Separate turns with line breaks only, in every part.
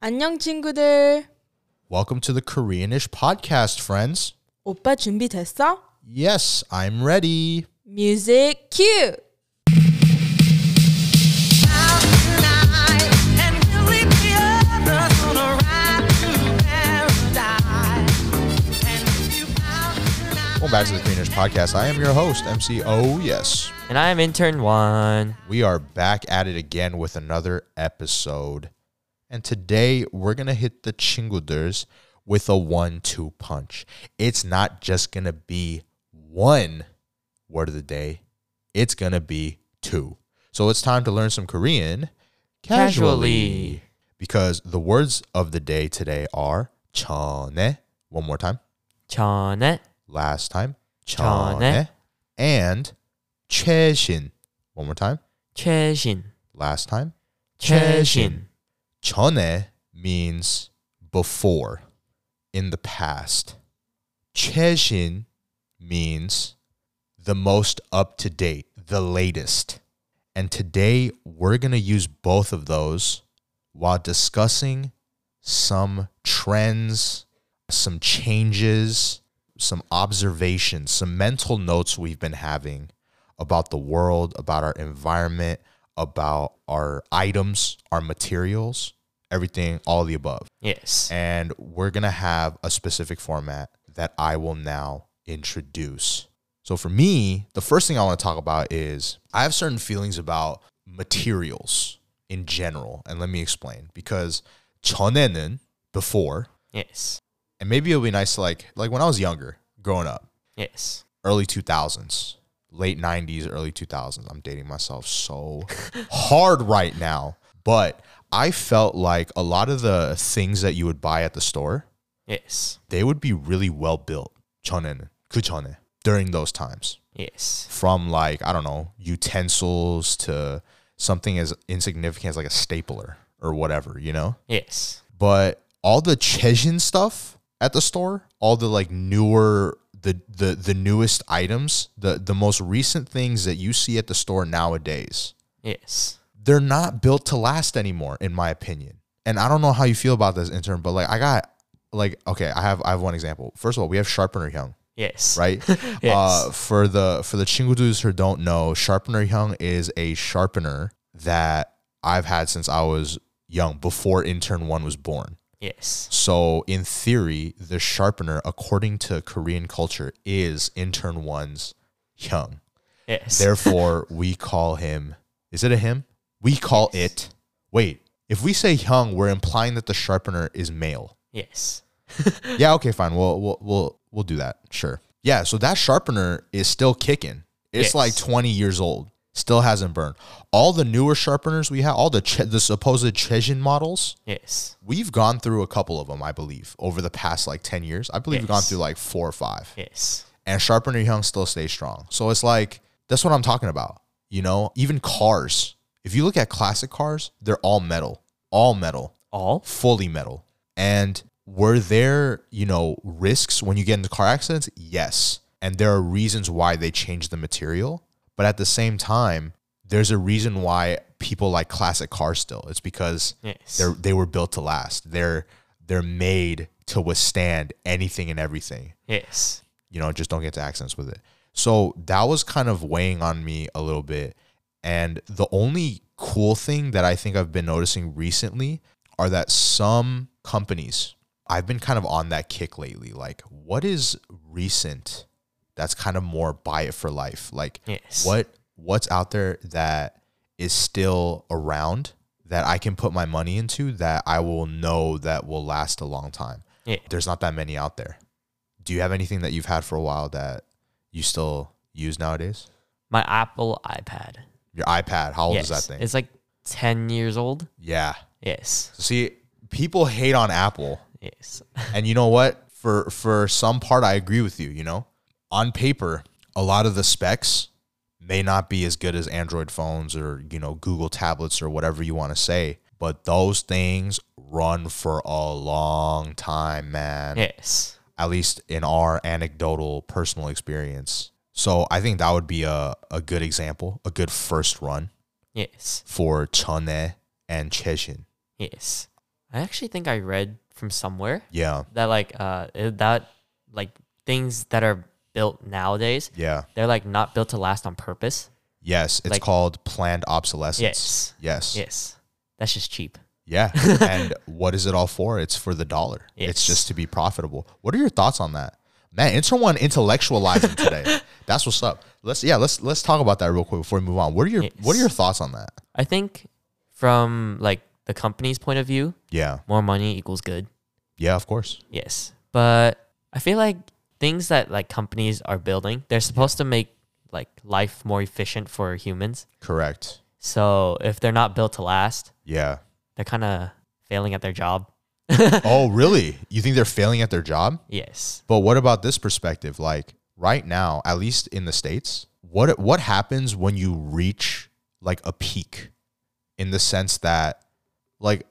안녕 친구들.
Welcome to the Koreanish podcast, friends.
오빠 준비됐어?
Yes, I'm ready.
Music cue.
Welcome back to the Koreanish podcast. I am your host, MC Oh Yes.
And I'm intern one.
We are back at it again with another episode. And today we're going to hit the chinguders with a one two punch. It's not just going to be one word of the day, it's going to be two. So it's time to learn some Korean
Casually.
Because the words of the day today are 전에, one more time,
전에
last time,
전에.
전에, and 최신, one more time,
최신
last time,
최신
전에 means before, in the past. 최신 means the most up to date, the latest. And today we're going to use both of those while discussing some trends, some changes, some observations, some mental notes we've been having about the world, about our environment, about our items, our materials, everything, all of the above.
Yes.
And we're going to have a specific format that I will now introduce. So, for me, the first thing I want to talk about is I have certain feelings about materials in general. And let me explain because 전에는, before,
Yes.
and maybe it'll be nice to like, like when I was younger, growing up,
Yes.
early 2000s, late 90s, early 2000s. I'm dating myself so hard right now. But I felt like a lot of the things that you would buy at the store,
Yes.
they would be really well built. 전에는, 그 전에, during those times.
Yes.
From like, I don't know, utensils to something as insignificant as like a stapler or whatever, you know?
Yes.
but all the Chechen stuff at the store, all the like newer the the the newest items, the the most recent things that you see at the store nowadays,
Yes.
they're not built to last anymore in my opinion. And I don't know how you feel about this intern, but like I got like okay, I have I have one example. First of all, we have Sharpener Young,
Yes.
right?
Yes.
uh, for the for the Chingudus who don't know, Sharpener Young is a sharpener that I've had since I was young, before intern one was born.
Yes.
So, in theory, the sharpener, according to Korean culture, is intern one's hyung.
Yes.
Therefore, we call him. Is it a him? We call it. Wait, if we say hyung, we're implying that the sharpener is male.
yes.
Yeah, okay, fine. We'll we'll we'll, we'll do that. Sure. Yeah. So that sharpener is still kicking. It's
Yes.
like twenty years old. Still hasn't burned. All the newer sharpeners we have, all the che- the supposed Chechen models,
Yes.
we've gone through a couple of them, I believe, over the past like 10 years. I believe we've gone
Yes.
through like four or five.
Yes.
And Sharpener Young still stays strong. So it's like, that's what I'm talking about. You know, even cars. If you look at classic cars, they're all metal, all metal,
All?
fully metal. And were there, you know, risks when you get into car accidents? Yes. And there are reasons why they change the material. But at the same time, there's a reason why people like classic cars still. It's because
Yes.
they're they were built to last. They're they're made to withstand anything and everything.
yes.
You know, just don't get to accidents with it. So that was kind of weighing on me a little bit. And the only cool thing that I think I've been noticing recently are that some companies I've been kind of on that kick lately. Like, what is recent? That's kind of more buy it for life. Like,
Yes.
what what's out there that is still around that I can put my money into that I will know that will last a long time.
Yeah.
There's not that many out there. Do you have anything that you've had for a while that you still use nowadays?
My Apple iPad.
Your iPad, how old is
yes.
that thing?
It's like 10 years old.
yeah.
Yes.
See, people hate on Apple.
Yes.
And you know what? For for some part I agree with you, you know? On paper, a lot of the specs may not be as good as Android phones or, you know, Google tablets or whatever you want to say, but those things run for a long time, man.
yes.
At least in our anecdotal personal experience. So I think that would be a, a good example, a good first run
Yes.
for Chone and Cheshin.
Yes. I actually think I read from somewhere
Yeah.
that like uh it- that like things that are built nowadays
Yeah.
they're like not built to last on purpose.
Yes. It's
Like-
called planned obsolescence.
Yes.
Yes.
Yes. That's just cheap.
Yeah. and what is it all for? It's for the dollar. It's
Yes.
just to be profitable. What are your thoughts on that? Man, it's someone intellectualizing today. That's what's up. Let's yeah, let's let's talk about that real quick before we move on. What are your what are
Yes.
your thoughts on that?
I think from like the company's point of view,
Yeah.
more money equals good.
Yeah, of course.
Yes. But I feel like things that like companies are building, they're supposed to make like life more efficient for humans.
Correct.
So if they're not built to last,
Yeah.
they're kind of failing at their job.
oh, really? You think they're failing at their job?
Yes.
But what about this perspective? Like right now, at least in the states, what what happens when you reach like a peak in the sense that like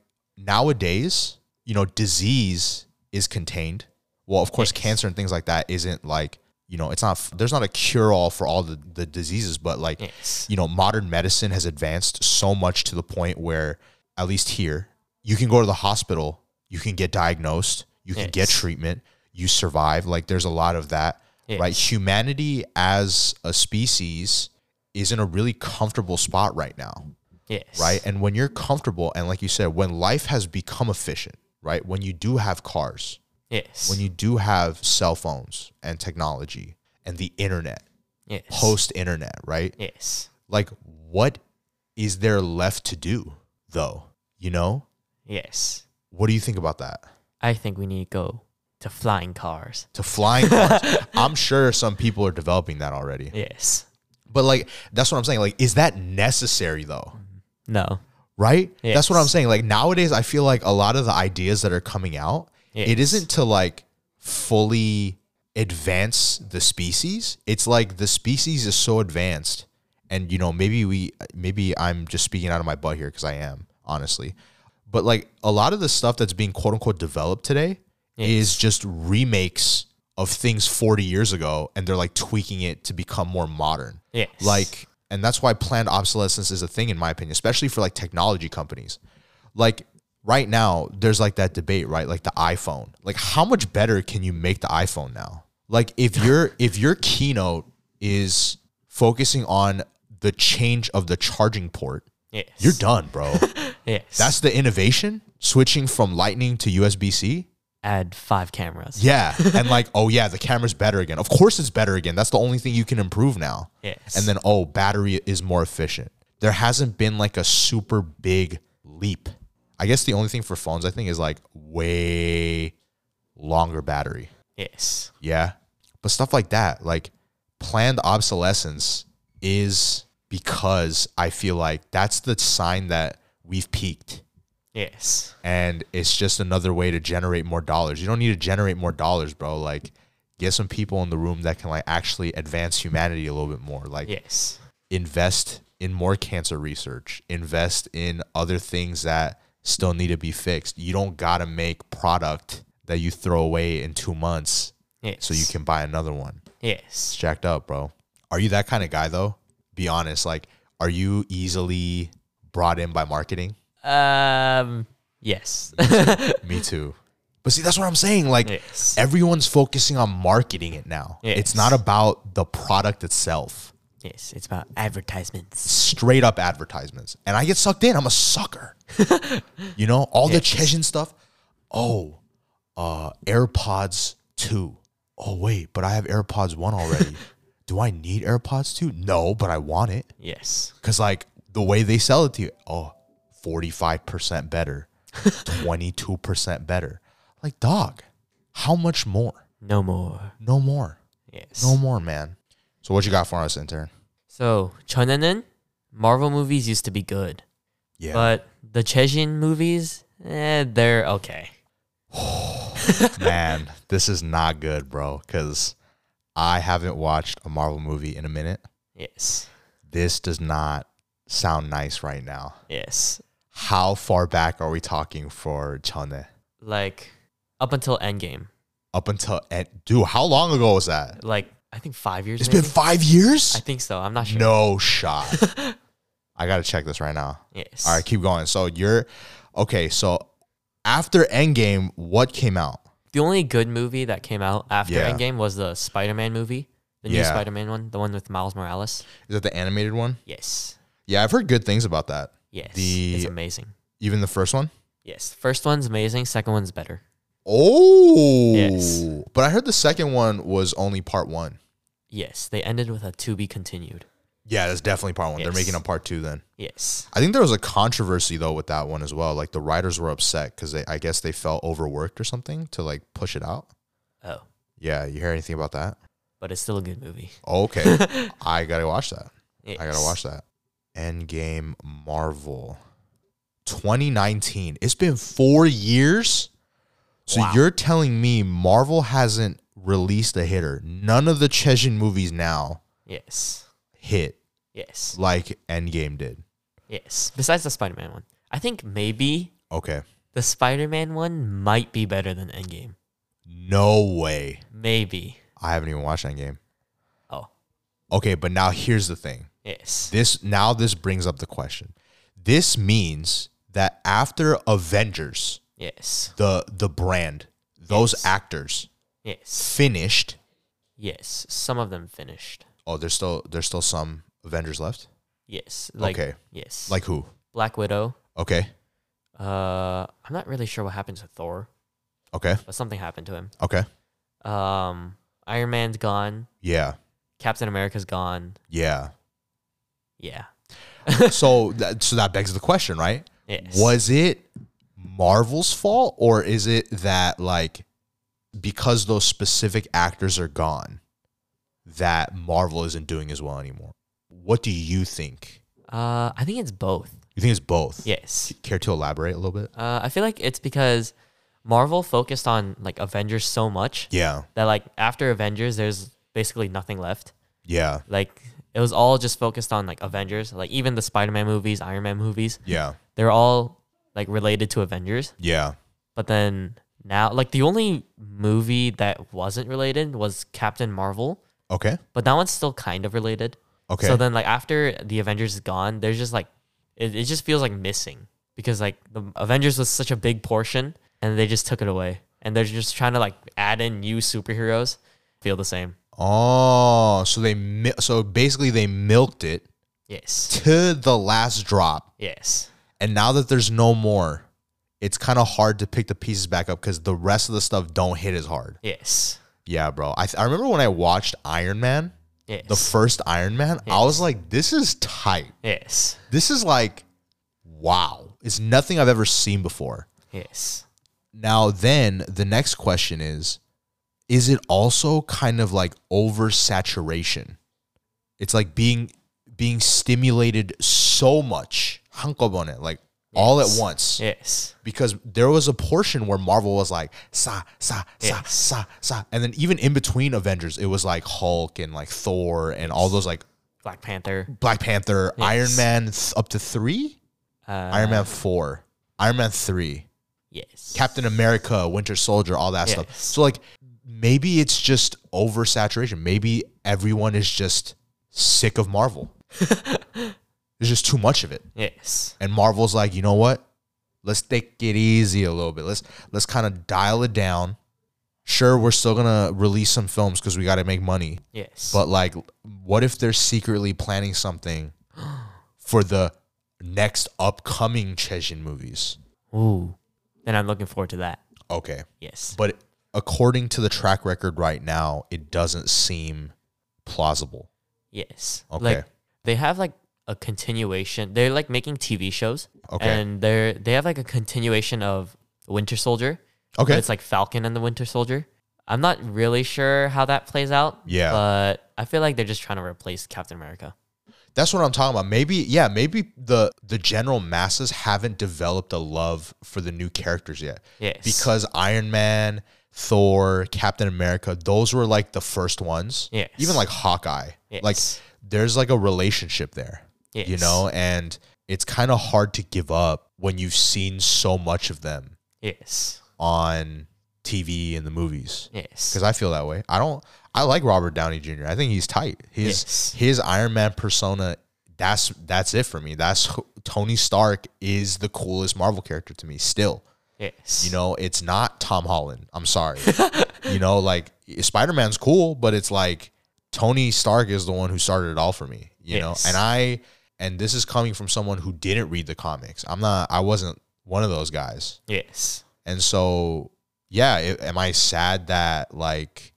nowadays, you know, disease is contained. Well, of course,
Yes.
cancer and things like that isn't like, you know, it's not there's not a cure all for all the, the diseases, but like
Yes.
you know, modern medicine has advanced so much to the point where, at least here, you can go to the hospital, you can get diagnosed, you can get
Yes.
treatment, you survive. Like there's a lot of that, right?
Yes.
Humanity as a species is in a really comfortable spot right now
Yes.
right? And when you're comfortable, and like you said, when life has become efficient, right? When you do have cars,
Yes.
when you do have cell phones and technology and the internet,
yes.
post internet, right?
Yes.
like what is there left to do though you know
Yes.
what do you think about that
I think we need to go to flying cars.
to flying cars i'm sure some people are developing that already
Yes.
but like that's what i'm saying like is that necessary though
No.
right that's what i'm
Yes.
saying like nowadays i feel like a lot of the ideas that are coming out it
Yes.
isn't to like fully advance the species it's like the species is so advanced and you know maybe we maybe i'm just speaking out of my butt here because i am honestly but like a lot of the stuff that's being quote unquote developed today is just remakes of things 40 years ago and they're like tweaking it to become more modern
Yes.
like and that's why planned obsolescence is a thing in my opinion especially for like technology companies like right now there's like that debate right like the iphone like how much better can you make the iphone now like if your if your keynote is focusing on the change of the charging port
Yes.
you're done bro
Yes.
that's the innovation switching from lightning to usb-c
add five cameras.
yeah and like oh yeah the camera's better again of course it's better again that's the only thing you can improve now
Yes.
and then oh battery is more efficient there hasn't been like a super big leap i guess the only thing for phones i think is like way longer battery
yes.
yeah but stuff like that like planned obsolescence is because i feel like that's the sign that we've peaked
Yes.
and it's just another way to generate more dollars. You don't need to generate more dollars, bro. Like get some people in the room that can like actually advance humanity a little bit more. Like
Yes.
invest in more cancer research, invest in other things that still need to be fixed. You don't got to make product that you throw away in 2 months
Yes.
so you can buy another one. It's
Yes.
jacked up, bro. Are you that kind of guy though? Be honest, like are you easily brought in by marketing?
Um. Yes.
Me too. But see, that's what I'm saying. Like,
yes.
everyone's focusing on marketing it now. It's
Yes.
not about the product itself.
Yes. It's about advertisements.
Straight up advertisements. And I get sucked in. I'm a sucker. you know, all the Chechen stuff. Oh, uh, AirPods 2. Oh, wait, but I have AirPods 1 already. Do I need AirPods 2? No, but I want it.
Yes.
Because, like, the way they sell it to you, oh, 45% better, 22% better. Like, dog, how much more?
No more.
No more.
Yes.
No more, man. So what you got for us, intern?
So Chonanen, Marvel movies used to be good,
Yeah.
but the Chejin movies, eh, they're okay.
man, this is not good, bro, cuz I haven't watched a Marvel movie in a minute.
Yes.
This does not sound nice right now.
Yes.
How far back are we talking for Chone?
Like up until Endgame,
Up until and dude, how long ago was that?
like I think five years.
It's
maybe?
been 5 years?
I think so. I'm not sure.
No shot. I got to check this right now.
Yes.
All right, keep going. So you're okay. So After Endgame, what came out?
The only good movie that came out after
Yeah.
Endgame was the Spider Man movie, the new
Yeah.
Spider Man one, the one with Miles Morales.
Is that the animated one?
Yes.
Yeah, I've heard good things about that.
Yes.
The-
it's amazing.
Even the first one?
Yes. First one's amazing. Second one's better.
Oh.
Yes.
But I heard the second one was only part one.
Yes. They ended with a to be continued.
Yeah, that's definitely part one. They're
Yes.
making a part two then.
Yes.
I think there was a controversy though with that one as well. Like the writers were upset because they, I guess they felt overworked or something to like push it out.
Oh,
Yeah, you hear anything about that?
but it's still a good movie.
Okay, I gotta watch that. I gotta
Yes.
watch that. Endgame Marvel 2019. It's been four years. So
Wow.
you're telling me Marvel hasn't released a hitter. None of the Chechen movies now
Yes.
hit
Yes.
like Endgame did.
Yes. Besides the Spider Man one, I think maybe
Okay.
the Spider Man one might be better than Endgame.
No way.
Maybe.
I haven't even watched Endgame.
Oh,
Okay, but now here's the thing.
yes.
This now this brings up the question. This means that after Avengers,
yes.
the the brand, those
Yes.
actors
Yes.
finished
Yes. Some of them finished.
Oh, there's still there's still some Avengers left.
Yes. Like,
Okay.
Yes.
Like who?
Black Widow.
Okay,
Uh, I'm not really sure what happened to Thor,
okay,
but something happened to him.
okay.
Um, Iron Man's gone.
Yeah,
Captain America's gone.
yeah.
Yeah.
so that so that begs the question, right?
Yes.
Was it Marvel's fault, or is it that like because those specific actors are gone, that Marvel isn't doing as well anymore? What do you think?
Uh, I think it's both.
You think it's both?
Yes.
Care to elaborate a little bit?
Uh, I feel like it's because Marvel focused on like Avengers so much
Yeah,
that like after Avengers, there's basically nothing left.
yeah,
Like it was all just focused on like Avengers. Like even the Spider-Man movies, Iron Man movies,
yeah,
they're all like related to Avengers.
yeah.
But then now, like the only movie that wasn't related was Captain Marvel,
Okay,
but that one's still kind of related.
okay.
So then, like after the Avengers is gone, there's just like it, it just feels like missing because like the Avengers was such a big portion, and they just took it away, and they're just trying to like add in new superheroes. Feel the same?
oh, so they mi- so basically they milked it
Yes,
to the last drop.
yes,
And now that there's no more, it's kind of hard to pick the pieces back up because the rest of the stuff don't hit as hard.
yes,
Yeah, bro. I, th- I remember when I watched Iron Man,
yes,
the first Iron Man, I was like, this is tight.
yes,
This is like, wow. It's nothing I've ever seen before.
yes,
Now, then the next question is Is it also kind of like oversaturation? It's like being being stimulated so much, 한꺼번에, like all at
Yes.
once.
yes,
Because there was a portion where Marvel was like sa sa sa
Yes.
sa sa, and then even in between Avengers, it was like Hulk and like Thor and all those like
Black Panther,
Black Panther, Iron
Yes.
Man th- up to three,
uh,
Iron Man four, Iron Man three,
yes,
Captain America, Winter Soldier, all that stuff.
Yes.
So like maybe it's just oversaturation. Maybe everyone is just sick of Marvel. There's just too much of it.
yes,
And Marvel's like, "You know what? Let's take it easy a little bit. Let's let's kind of dial it down. Sure, we're still going to release some films cuz we got to make money,
yes,
but like what if they're secretly planning something for the next upcoming Chechen movies?"
ooh, then I'm looking forward to that.
Okay.
Yes,
but according to the track record right now, it doesn't seem plausible.
Yes.
Okay.
Like they have like a continuation. They're like making TV shows.
Okay.
And they're they have like a continuation of Winter Soldier.
Okay.
but It's like Falcon and the Winter Soldier. I'm not really sure how that plays out.
Yeah.
But I feel like they're just trying to replace Captain America.
That's what I'm talking about. Maybe yeah, maybe the the general masses haven't developed a love for the new characters yet.
Yes.
Because Iron Man, Thor, Captain America, those were like the first ones.
Yes.
Even like Hawkeye. Like
Yes.
there's like a relationship there. You
Yes.
know, and it's kind of hard to give up when you've seen so much of them
Yes.
on TV and the movies.
Yes.
because I feel that way. I don't. I like Robert Downey Jr. I think he's tight. His
Yes.
his Iron Man persona. That's that's it for me. That's who- Tony Stark is the coolest Marvel character to me still.
Yes.
You know, it's not Tom Holland. I'm sorry. you know, like Spider Man's cool, but it's like Tony Stark is the one who started it all for me. You
Yes.
know, and I, and this is coming from someone who didn't read the comics. I'm not. I wasn't one of those guys.
Yes.
And so, yeah, it, am I sad that like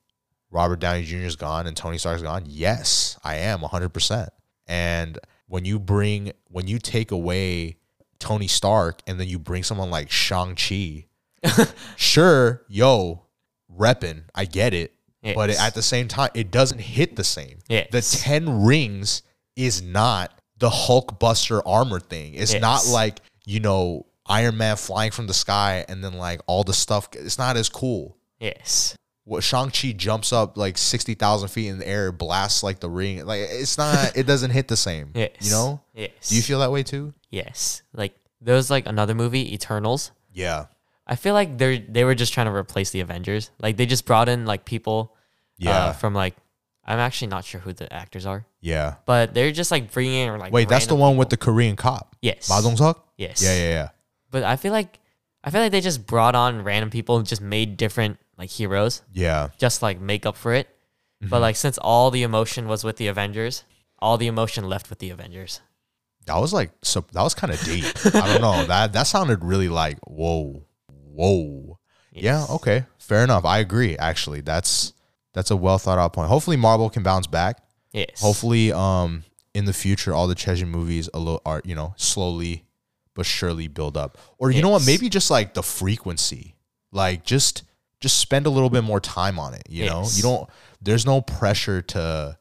Robert Downey Jr. is gone and Tony Stark's gone? Yes, I am 100%. And when you bring, when you take away Tony Stark and then you bring someone like Shang-Chi, sure, yo, reppin', I get it. But
Yes.
at the same time, it doesn't hit the same. The
Yes.
10 rings is not the Hulk Buster armor thing. It's not
Yes.
like, you know, Iron Man flying from the sky and then like all the stuff. It's not as cool.
Yes.
What Shang-Chi jumps up like 60,000 feet in the air, blasts like the ring. Like it's not, it doesn't hit the same.
Yes.
You know?
Yes.
Do you feel that way too?
Yes. Like there was like another movie, Eternals. Uh,
Yeah.
I feel like they they were just trying to replace the Avengers. Like they just brought in like people uh,
Yeah.
from like I'm actually not sure who the actors are,
yeah.
but they're just like bringing in like
Wait, that's the
random
one
people.
with the Korean cop.
Yes.
Ma Dong-seok?
Yes.
Yeah, yeah, yeah.
But I feel like I feel like they just brought on random people and just made different like heroes
Yeah.
just like make up for it.
Mm-hmm.
But like since all the emotion was with the Avengers, all the emotion left with the Avengers.
That was like so. That was kind of deep. I don't know. That that sounded really like whoa, whoa.
Yes.
Yeah. Okay. Fair enough. I agree. Actually, that's that's a well thought out point. Hopefully, Marvel can bounce back.
Yes.
Hopefully, um, in the future, all the Chejin movies a little are you know slowly but surely build up. Or you know what?
Yes.
Maybe just like the frequency. Like just just spend a little bit more time on it. You know,
Yes.
you don't. There's no pressure to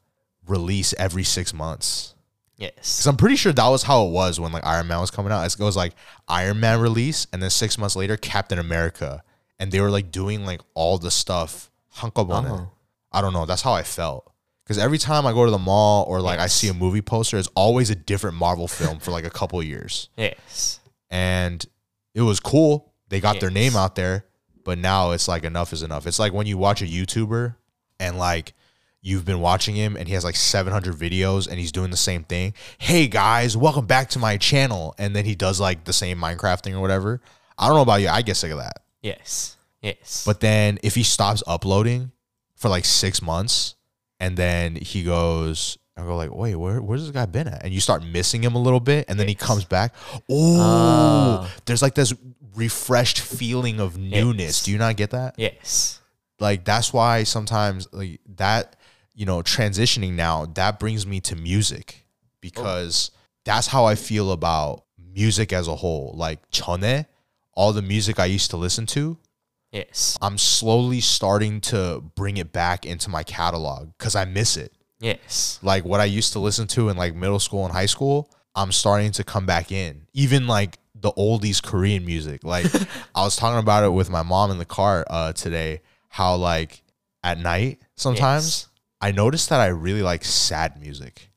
release every six months. Because
Yes.
I'm pretty sure that was how it was when like Iron Man was coming out. It was like Iron Man release, and then six months later, Captain America, and they were like doing like all the stuff. Hankobone.
Oh.
I don't know. That's how I felt. Because every time I go to the mall or like I see a movie poster, it's always a different Marvel film for like a couple years,
Yes.
and it was cool. They got their
Yes.
name out there, but now it's like enough is enough. It's like when you watch a YouTuber and like you've been watching him and he has like 700 videos and he's doing the same thing. Hey guys, welcome back to my channel. And then he does like the same Minecraft thing or whatever. I don't know about you. I get sick of that.
Yes. Yes.
But then if he stops uploading for like six months and then he goes, I go like, wait, where, where's this guy been at? And you start missing him a little bit and then he
Yes.
comes back.
Ah.
Oh, there's like this refreshed feeling of newness.
Yes.
Do you not get that?
yes.
like that's why sometimes like that you know transitioning now that brings me to music because that's how I feel about music as a whole like chone all the music I used to listen to
Yes.
I'm slowly starting to bring it back into my catalog cuz I miss it
Yes.
like what I used to listen to in like middle school and high school, I'm starting to come back in. Even like the oldies Korean music. Like I was talking about it with my mom in the car uh, today, how like at night sometimes I noticed that I really like sad music.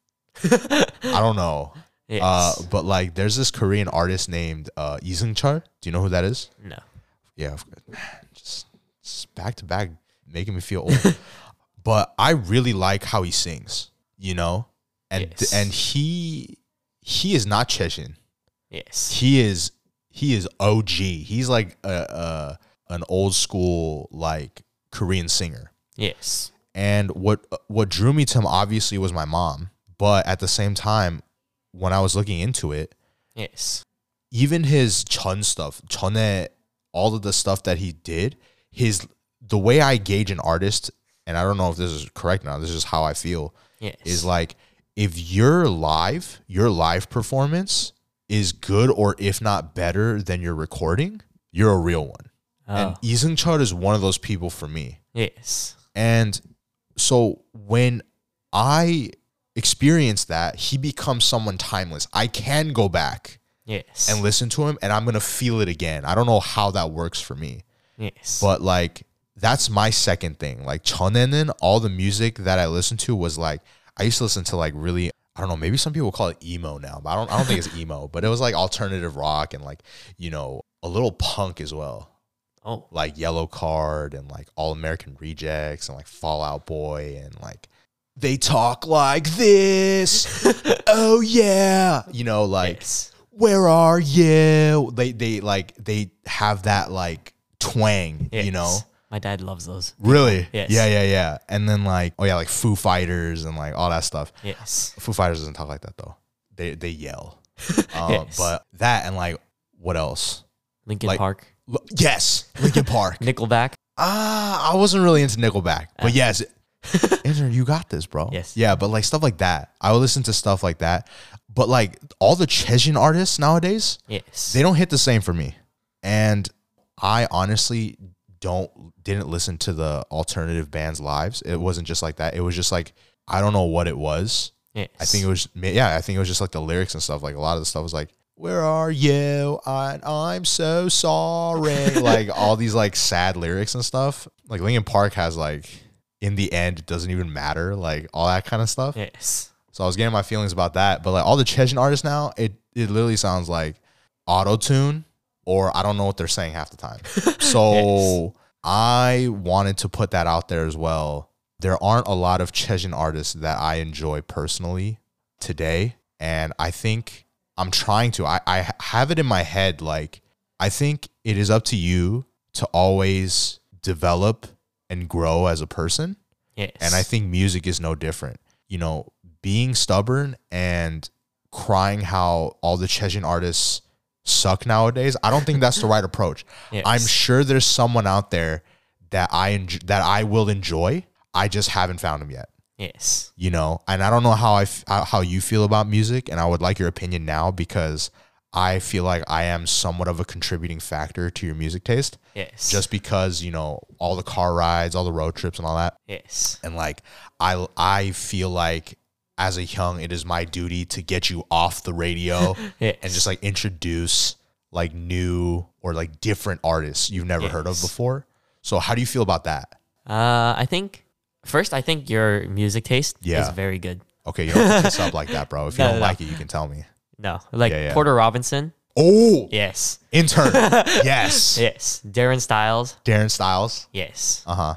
I don't know.
Yes.
Uh, but like there's this Korean artist named uh, Lee Seung-chul. Do you know who that is?
no.
yeah, of course. just, just back to back, making me feel old. but I really like how he sings, you know, and
Yes.
and he he is not Chechen.
Yes.
He is he is OG. He's like a, a an old school like Korean singer.
Yes.
And what what drew me to him obviously was my mom, but at the same time, when I was looking into it,
Yes.
even his chun stuff, chunne, all of the stuff that he did, his the way I gauge an artist, and I don't know if this is correct now, this is how I feel,
Yes.
is like if your live, your live performance is good or if not better than your recording, you're a real one.
oh.
And Ising Chud is one of those people for me.
yes.
And so when I experience that, he becomes someone timeless. I can go back
Yes.
and listen to him and I'm going to feel it again. I don't know how that works for me,
yes.
but like that's my second thing. Like Chonenin, all the music that I listened to was like I used to listen to like really I don't know, maybe some people call it emo now, but I don't I don't think it's emo, but it was like alternative rock and like, you know, a little punk as well.
oh.
Like Yellow Card and like All American Rejects and like Fallout Boy and like they talk like this. oh yeah. You know, like
yes.
where are you? They they like they have that like twang, you
Yes.
know.
my dad loves those.
Really?
Yes.
Yeah, yeah, yeah. And then like, oh yeah, like Foo Fighters and like all that stuff.
Yes.
Foo Fighters doesn't talk like that though. They they yell. Uh,
Yes.
But that and like what else?
Lincoln
Like-
Park,
L- yes, Linkin Park.
Nickelback.
Ah, I wasn't really into Nickelback, but yes, Andrew, you got this, bro.
Uh. Yes.
Yeah, but like stuff like that, I would listen to stuff like that. But like all the Chechen artists nowadays,
Yes.
they don't hit the same for me, and I honestly don't didn't listen to the alternative bands lives. It wasn't just like that. It was just like I don't know what it was.
yes.
I think it was yeah. I think it was just like the lyrics and stuff. Like a lot of the stuff was like, "Where are you? I, I'm so sorry." like all these like sad lyrics and stuff. Like Linkin Park has like, in the end, it doesn't even matter. Like all that kind of stuff.
Yes.
So I was getting my feelings about that. But like all the Chechen artists now, it it literally sounds like auto tune or I don't know what they're saying half the time. So I wanted to put that out there as well. There aren't a lot of Chechen artists that I enjoy personally today. And I think I'm trying to. I, I have it in my head like I think it is up to you to always develop and grow as a person.
Yes.
And I think music is no different. You know, being stubborn and crying how all the Chechen artists suck nowadays, I don't think that's the right approach.
Yes.
I'm sure there's someone out there that I enj- that I will enjoy. I just haven't found him yet,
Yes.
you know. And I don't know how I f- how how you feel about music and I would like your opinion now because I feel like I am somewhat of a contributing factor to your music taste
Yes.
just because, you know, all the car rides, all the road trips and all that
Yes.
and like I I feel like as a young it is my duty to get you off the radio
Yes.
and just like introduce like new or like different artists you've never heard of
Yes.
before. So how do you feel about that?
Uh, I think first, I think your music taste
Yeah.
is very good.
Okay, you don't have to kiss up like that, bro. If you
No,
don't
no, no.
like it, you can tell me.
No, like
Yeah, yeah.
Porter Robinson.
Oh,
Yes.
intern. yes.
Yes. Darren Styles.
Darren Styles.
Yes.
Uh-huh.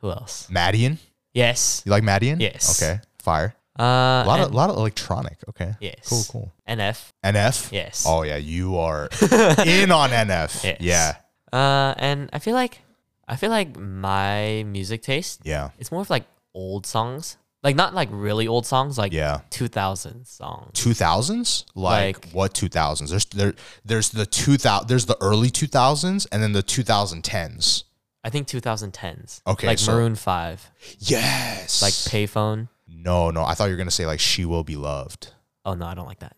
Who else?
Madian.
Yes.
You like Madian?
Yes.
Okay. Fire.
Uh,
A lot of
and-
lot of electronic. Okay.
Yes.
Cool, cool.
NF.
NF?
Yes.
Oh yeah, you are in on NF.
Yes.
Yeah.
Uh, and I feel like, I feel like my music taste,
Yeah.
it's more of like old songs, like not like really old songs, like
Yeah.
2000 songs.
two thousands? Like,
Like-
what two thousands? There's there there's the two thousand there's the early two thousands and then the two thousand tens.
I think 2010s.
Okay,
Like
so-
Maroon 5,
Yes.
like Payphone.
no, no. I thought you were gonna say like she will be loved.
Oh no, I don't like that.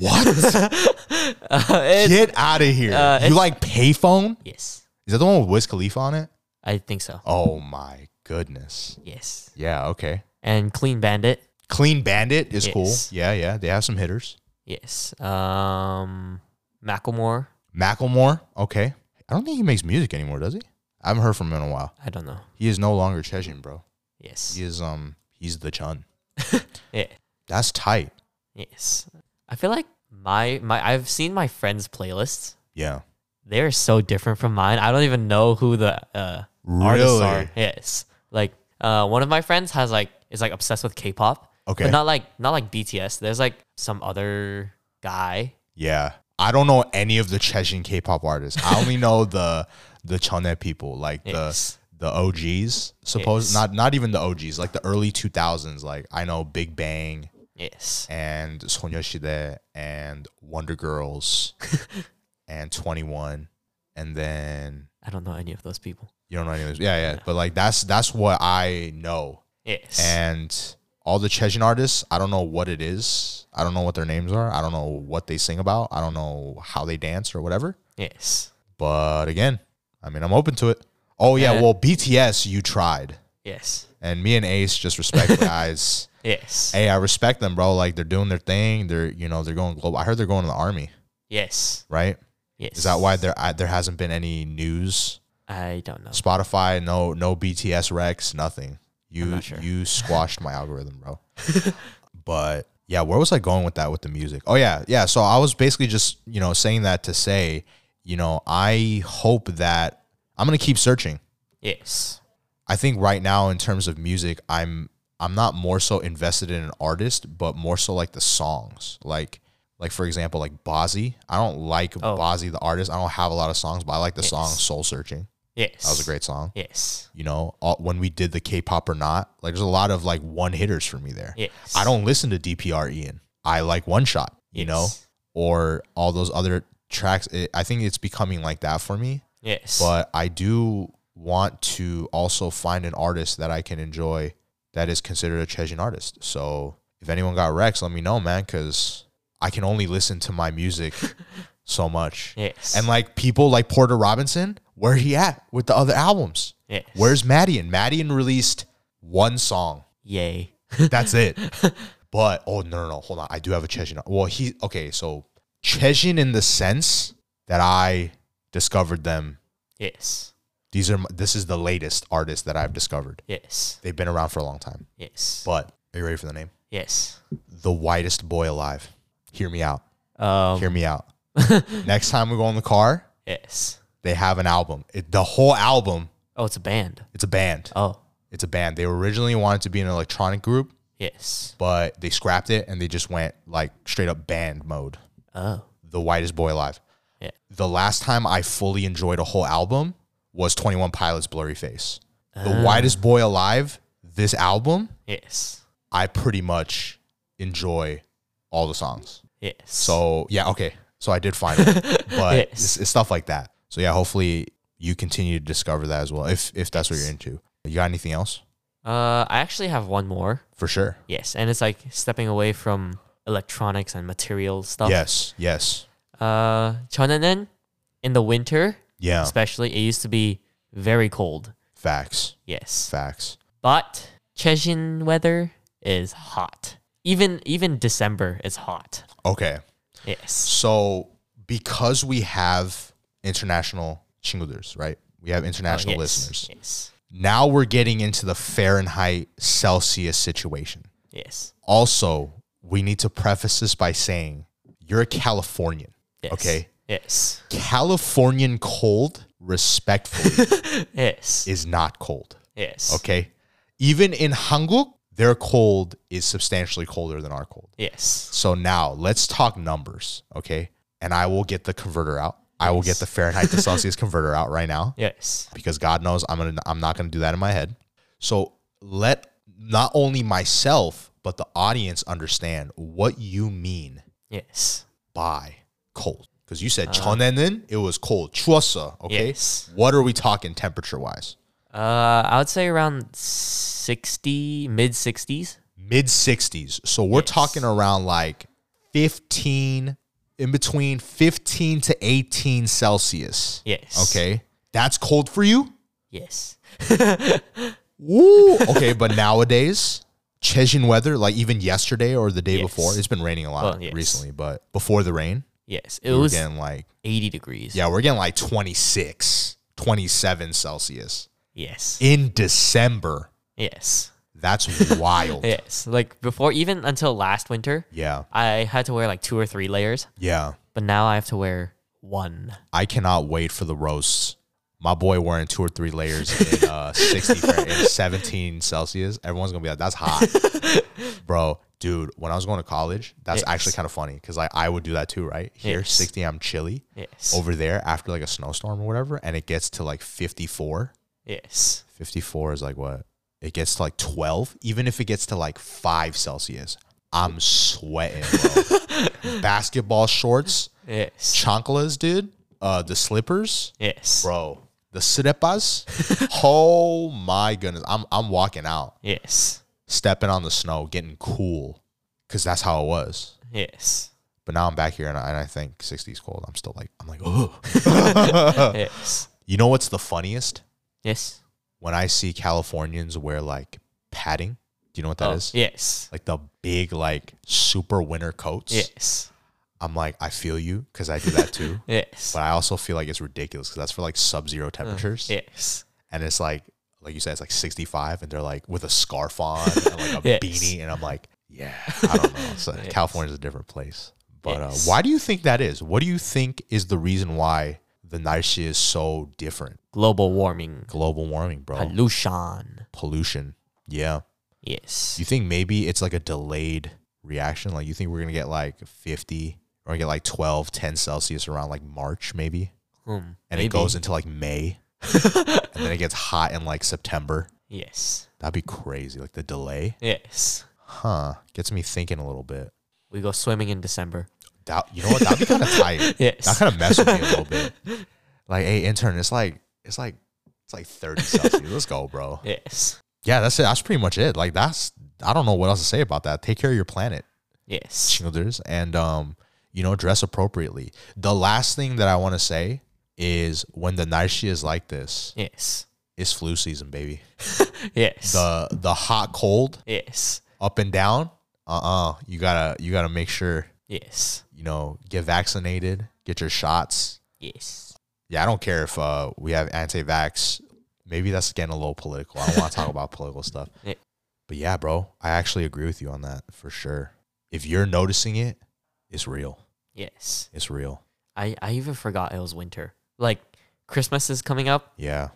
What?
Uh, it's-
Get out of here.
uh,
you
it's-
like payphone?
yes.
Is that the one with Wiz Khalifa on it?
I think so.
Oh my goodness.
Yes.
Yeah. Okay.
And Clean Bandit.
Clean Bandit is cool.
Yes.
Yeah. Yeah. They have some hitters.
Yes. Um, Macklemore.
Macklemore. Okay. I don't think he makes music anymore, does he? I haven't heard from him in a while.
I don't know.
He is no longer Chechen, bro.
Yes.
He is um he's the Chun.
Yeah.
That's tight.
Yes. I feel like my my I've seen my friends' playlists.
Yeah.
They're so different from mine. I don't even know who the uh, artists
Really?
are. Yes. Like uh, one of my friends has like is like obsessed with K-pop.
Okay.
But not like not like BTS. There's like some other guy.
Yeah. I don't know any of the Chechen K-pop artists. I only know the the Chone people, like
Yes.
the the OGs. Suppose
Yes.
not not even the OGs, like the early 2000s. Like I know Big Bang
Yes.
and Sonyeoshide and Wonder Girls and 21 and then
I don't know any of those people.
you don't know any of those. Yeah, yeah, But like that's that's what I know.
Yes.
and all the Chechen artists, I don't know what it is. I don't know what their names are. I don't know what they sing about. I don't know how they dance or whatever.
yes.
But again, I mean, I'm open to it. Oh yeah,
Yeah.
well BTS, you tried,
Yes.
and me and Ace just respect guys.
Yes.
Hey, I respect them, bro. Like they're doing their thing. They're you know they're going global. I heard they're going to the army,
Yes.
right?
Yes.
Is that why there I, there hasn't been any news?
I don't know.
Spotify, no no BTS Rex, nothing. You
not sure.
you squashed my algorithm, bro. but yeah, where was I going with that with the music? Oh yeah, yeah. So I was basically just, you know, saying that to say, you know, I hope that I'm gonna keep searching.
Yes.
I think right now in terms of music, I'm I'm not more so invested in an artist, but more so like the songs. Like Like for example, like Bozzy. I don't like
Oh.
Bozzy the artist. I don't have a lot of songs, but I like the song
Yes.
Soul Searching.
Yes.
That was a great song.
Yes.
You know, all, when we did the K-pop or not, like there's a lot of like one hitters for me there.
Yes.
I don't listen to DPR Ian. I like One Shot. You know,
Yes.
or all those other tracks. It, I think it's becoming like that for me.
Yes.
but I do want to also find an artist that I can enjoy that is considered a Chechen artist. So if anyone got Rex, let me know, man, because I can only listen to my music so much.
Yes.
And like people like Porter Robinson, where he at with the other albums?
yes.
Where's Maddian? Maddian released one song.
Yay.
That's it. but oh no, no, no, hold on. I do have a Chechen. Well, he okay, so Chechen in the sense that I discovered them
Yes.
these are my- this is the latest artist that I've discovered.
Yes.
They've been around for a long time.
Yes.
But are you ready for the name?
yes.
The whitest boy alive. Hear me out.
Um.
Hear me out. Next time we go in the car,
Yes.
they have an album. It, the whole album.
Oh, it's a band.
It's a band.
Oh.
It's a band. They originally wanted to be an electronic group,
Yes.
but they scrapped it and they just went like straight up band mode.
Oh.
The whitest boy alive.
Yeah.
The last time I fully enjoyed a whole album was Twenty One Pilots' Blurry Face.
Ah.
The whitest boy alive. This album.
Yes.
I pretty much enjoy all the songs.
Yes.
So yeah, okay. So I did find it, but
Yes.
it's, it's stuff like that. So yeah, hopefully you continue to discover that as well, if if that's what you're into. You got anything else?
Uh, I actually have one more.
For sure.
Yes, and it's like stepping away from electronics and material stuff.
Yes. Yes.
Uh, 저는 in the winter,
Yeah.
especially, it used to be very cold.
Facts.
Yes.
Facts.
But Chechen weather is hot. Even even December is hot.
Okay.
Yes.
So because we have international chinguders, right? We have international
Oh, yes.
listeners.
Yes.
Now we're getting into the Fahrenheit Celsius situation.
Yes.
Also, we need to preface this by saying you're a Californian.
Yes.
Okay.
Yes.
Californian cold, respectfully,
Yes.
is not cold.
yes.
Okay. Even in Hanguk, their cold is substantially colder than our cold.
Yes.
So now let's talk numbers. Okay. And I will get the converter out. I will get the Fahrenheit to Celsius converter out right now
Yes.
because God knows I'm gonna I'm not gonna do that in my head. So let not only myself but the audience understand what you mean
Yes.
by cold. Because you said chonenin, it was cold. Chuosa, okay.
Yes.
What are we talking temperature wise?
Uh, I would say around sixty, mid sixties.
Mid sixties. So we're
Yes.
talking around like fifteen, in between fifteen to eighteen Celsius.
Yes.
Okay, that's cold for you.
Yes.
Woo. Okay, but nowadays, Chechen weather, like even yesterday or the day
Yes.
before, it's been raining a lot
Well, yes.
recently, but before the rain,
Yes. It
we're
was
getting like,
eighty degrees.
yeah, we're getting like 26, 27 Celsius
Yes.
in December.
yes.
That's wild. yeah.
Yes. Like before, even until last winter,
yeah.
I had to wear like two or three layers, but now I have to wear one.
I cannot wait for the roasts. My boy wearing two or three layers in uh, 60 Fahr- in 17 Celsius. Everyone's gonna be like, that's hot. Bro, dude, when I was going to college, that's
Yes.
actually kind of funny because like I would do that too, right? Here,
Yes.
60, I'm chilly.
Yes.
Over there, after like a snowstorm or whatever, and it gets to like 54.
Yes.
54 is like what? It gets to like 12. Even if it gets to like 5 Celsius, I'm sweating, bro. Basketball shorts,
Yes.
chanclas, dude. Uh, the slippers
Yes.
bro. The sirepas, oh my goodness! I'm I'm walking out,
Yes.
stepping on the snow, getting cool, cause that's how it was.
Yes.
But now I'm back here, and I, and I think 60 is cold. I'm still like, I'm like, oh.
Yes.
You know what's the funniest?
Yes.
When I see Californians wear like padding. Do you know what that
Oh,
is?
Yes.
Like the big like super winter coats.
Yes.
I'm like, I feel you, cause I do that too.
Yes.
but I also feel like it's ridiculous, cause that's for like sub-zero temperatures.
Yes.
and it's like like you said it's like 65 and they're like with a scarf on and like a
Yes.
beanie and i'm like yeah i don't know so california's a different place but
Yes.
uh, why do you think that is what do you think is the reason why the night is so different
Global warming.
global warming bro
Pollution.
pollution yeah
Yes.
you think maybe it's like a delayed reaction like you think we're gonna get like 50 or get like 12, 10 Celsius around like March maybe.
Hmm,
And
maybe.
it goes into like May. and then it gets hot in like September.
Yes.
That'd be crazy. Like the delay.
Yes.
Huh. Gets me thinking a little bit.
We go swimming in December.
That you know what? That'd be kind of tight.
Yes.
That kind of mess with me a little bit. Like, hey, intern, it's like it's like it's like 30 Celsius. Let's go, bro.
Yes.
Yeah, that's it. That's pretty much it. Like that's I don't know what else to say about that. Take care of your planet.
Yes.
shielders and um you know dress appropriately the last thing that i want to say is when the night is like this
Yes.
it's flu season baby
Yes.
the the hot cold
yes.
up and down uh-uh you gotta you gotta make sure
Yes.
you know get vaccinated get your shots
Yes.
yeah i don't care if uh we have anti-vax maybe that's getting a little political i don't want to talk about political stuff
Yeah.
but yeah bro i actually agree with you on that for sure if you're noticing it it's real
Yes.
it's real
I, I even forgot it was winter. Like Christmas is coming up
yeah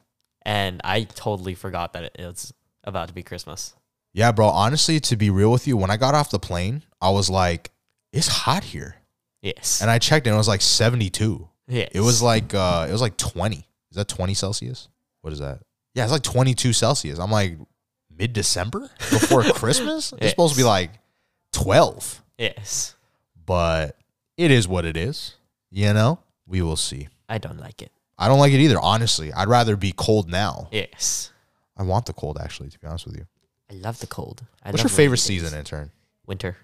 and I totally forgot that it, it's about to be Christmas.
Yeah, bro. Honestly, to be real with you, when I got off the plane, I was like, it's hot here.
Yes.
And I checked and it was like 72.
yes.
It was like uh it was like 20. Is that 20 Celsius? What is that? Yeah, it's like 22 Celsius. I'm like mid-December before Christmas? It's supposed to be
Yes.
like 12,
Yes.
but it is what it is. You know? We will see.
I don't like it.
I don't like it either, honestly. I'd rather be cold now.
Yes.
I want the cold actually, to be honest with you.
I love the cold. I
What's
love
your favorite
rainy days.
season, intern?
Winter.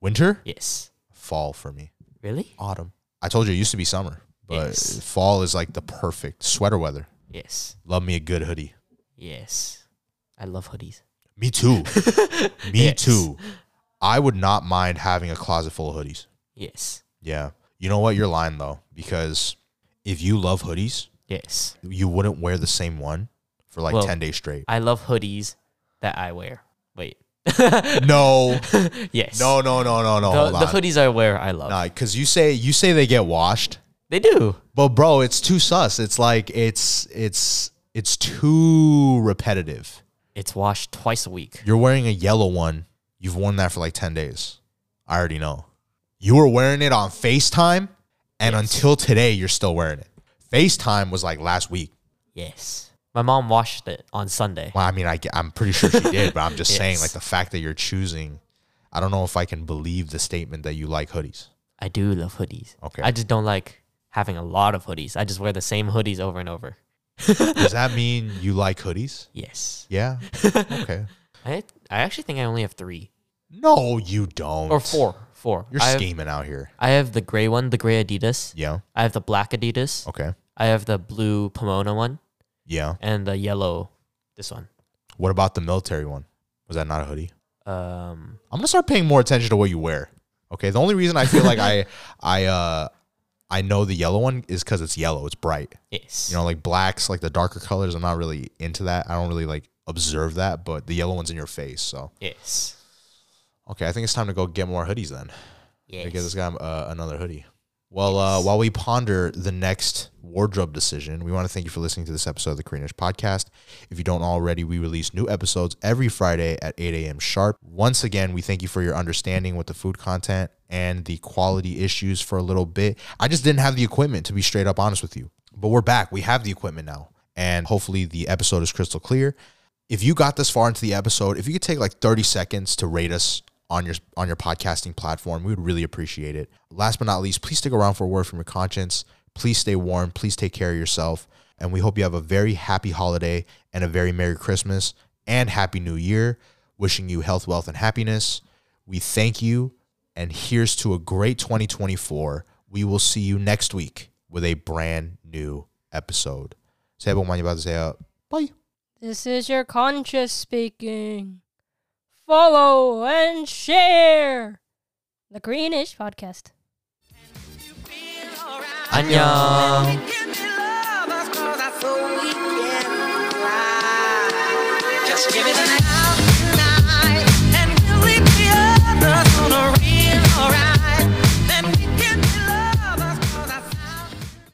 Winter?
Yes.
Fall for me.
Really?
autumn. I told you it used to be summer, but
Yes.
fall is like the perfect sweater weather.
Yes.
Love me a good hoodie.
Yes. I love hoodies.
Me too. me
Yes.
too. I would not mind having a closet full of hoodies.
Yes.
Yeah. You know what? You're lying though, because if you love hoodies,
Yes.
you wouldn't wear the same one for like
Well-
10 days straight.
I love hoodies that I wear. Wait.
No,
yes.
no, no, no, no, no.
The,
Hold
the
on.
hoodies I wear, I love.
Because you say you say they get washed,
They do.
but bro, it's too sus. It's like it's it's it's too repetitive.
It's washed twice a week.
You're wearing a yellow one. You've worn that for like 10 days. I already know. You were wearing it on FaceTime, and until today, you're still wearing it. FaceTime was like last week.
Yes. My mom washed it on Sunday.
Well, I mean, I, am pretty sure she did, but I'm just saying,
Yes.
like, the fact that you're choosing, I don't know if I can believe the statement that you like hoodies.
I do love hoodies.
Okay.
I just don't like having a lot of hoodies. I just wear the same hoodies over and over.
Does that mean you like hoodies?
Yes.
Yeah. Okay.
I I actually think I only have three
No, you don't.
or four. Four.
You're
I have,
scheming out here.
I have the gray one, the gray Adidas.
Yeah.
I have the black Adidas.
Okay.
I have the blue Pomona one
Yeah.
and the yellow, this one.
What about the military one? Was that not a hoodie?
Um.
I'm gonna start paying more attention to what you wear. Okay. The only reason I feel like I I uh I know the yellow one is because it's yellow. It's bright.
Yes.
You know, like blacks, like the darker colors. I'm not really into that. I don't really like observe that. But the yellow one's in your face. So
Yes.
okay, I think it's time to go get more hoodies then.
Yes.
I Give this guy uh, another hoodie. Well, uh, while we ponder the next wardrobe decision, we want to thank you for listening to this episode of the Koreanish Podcast. If you don't already, we release new episodes every Friday at 8 a.m. sharp. Once again, we thank you for your understanding with the food content and the quality issues for a little bit. I just didn't have the equipment, to be straight up honest with you. But we're back. We have the equipment now. And hopefully, the episode is crystal clear if you got this far into the episode, if you could take like 30 seconds to rate us on your on your podcasting platform, we would really appreciate it. Last but not least, please stick around for a word from your conscience. Please stay warm, please take care of yourself, and we hope you have a very happy holiday and a very merry Christmas and happy new year. Wishing you health, wealth and happiness. We thank you and here's to a great 2024. We will see you next week with a brand new episode. 새해 복 많이 받으세요. Bye.
This is your conscious speaking. Follow and share the Greenish podcast.
안녕.
Give me love, that's 'cause I'm so weak and blind. Just give me the night.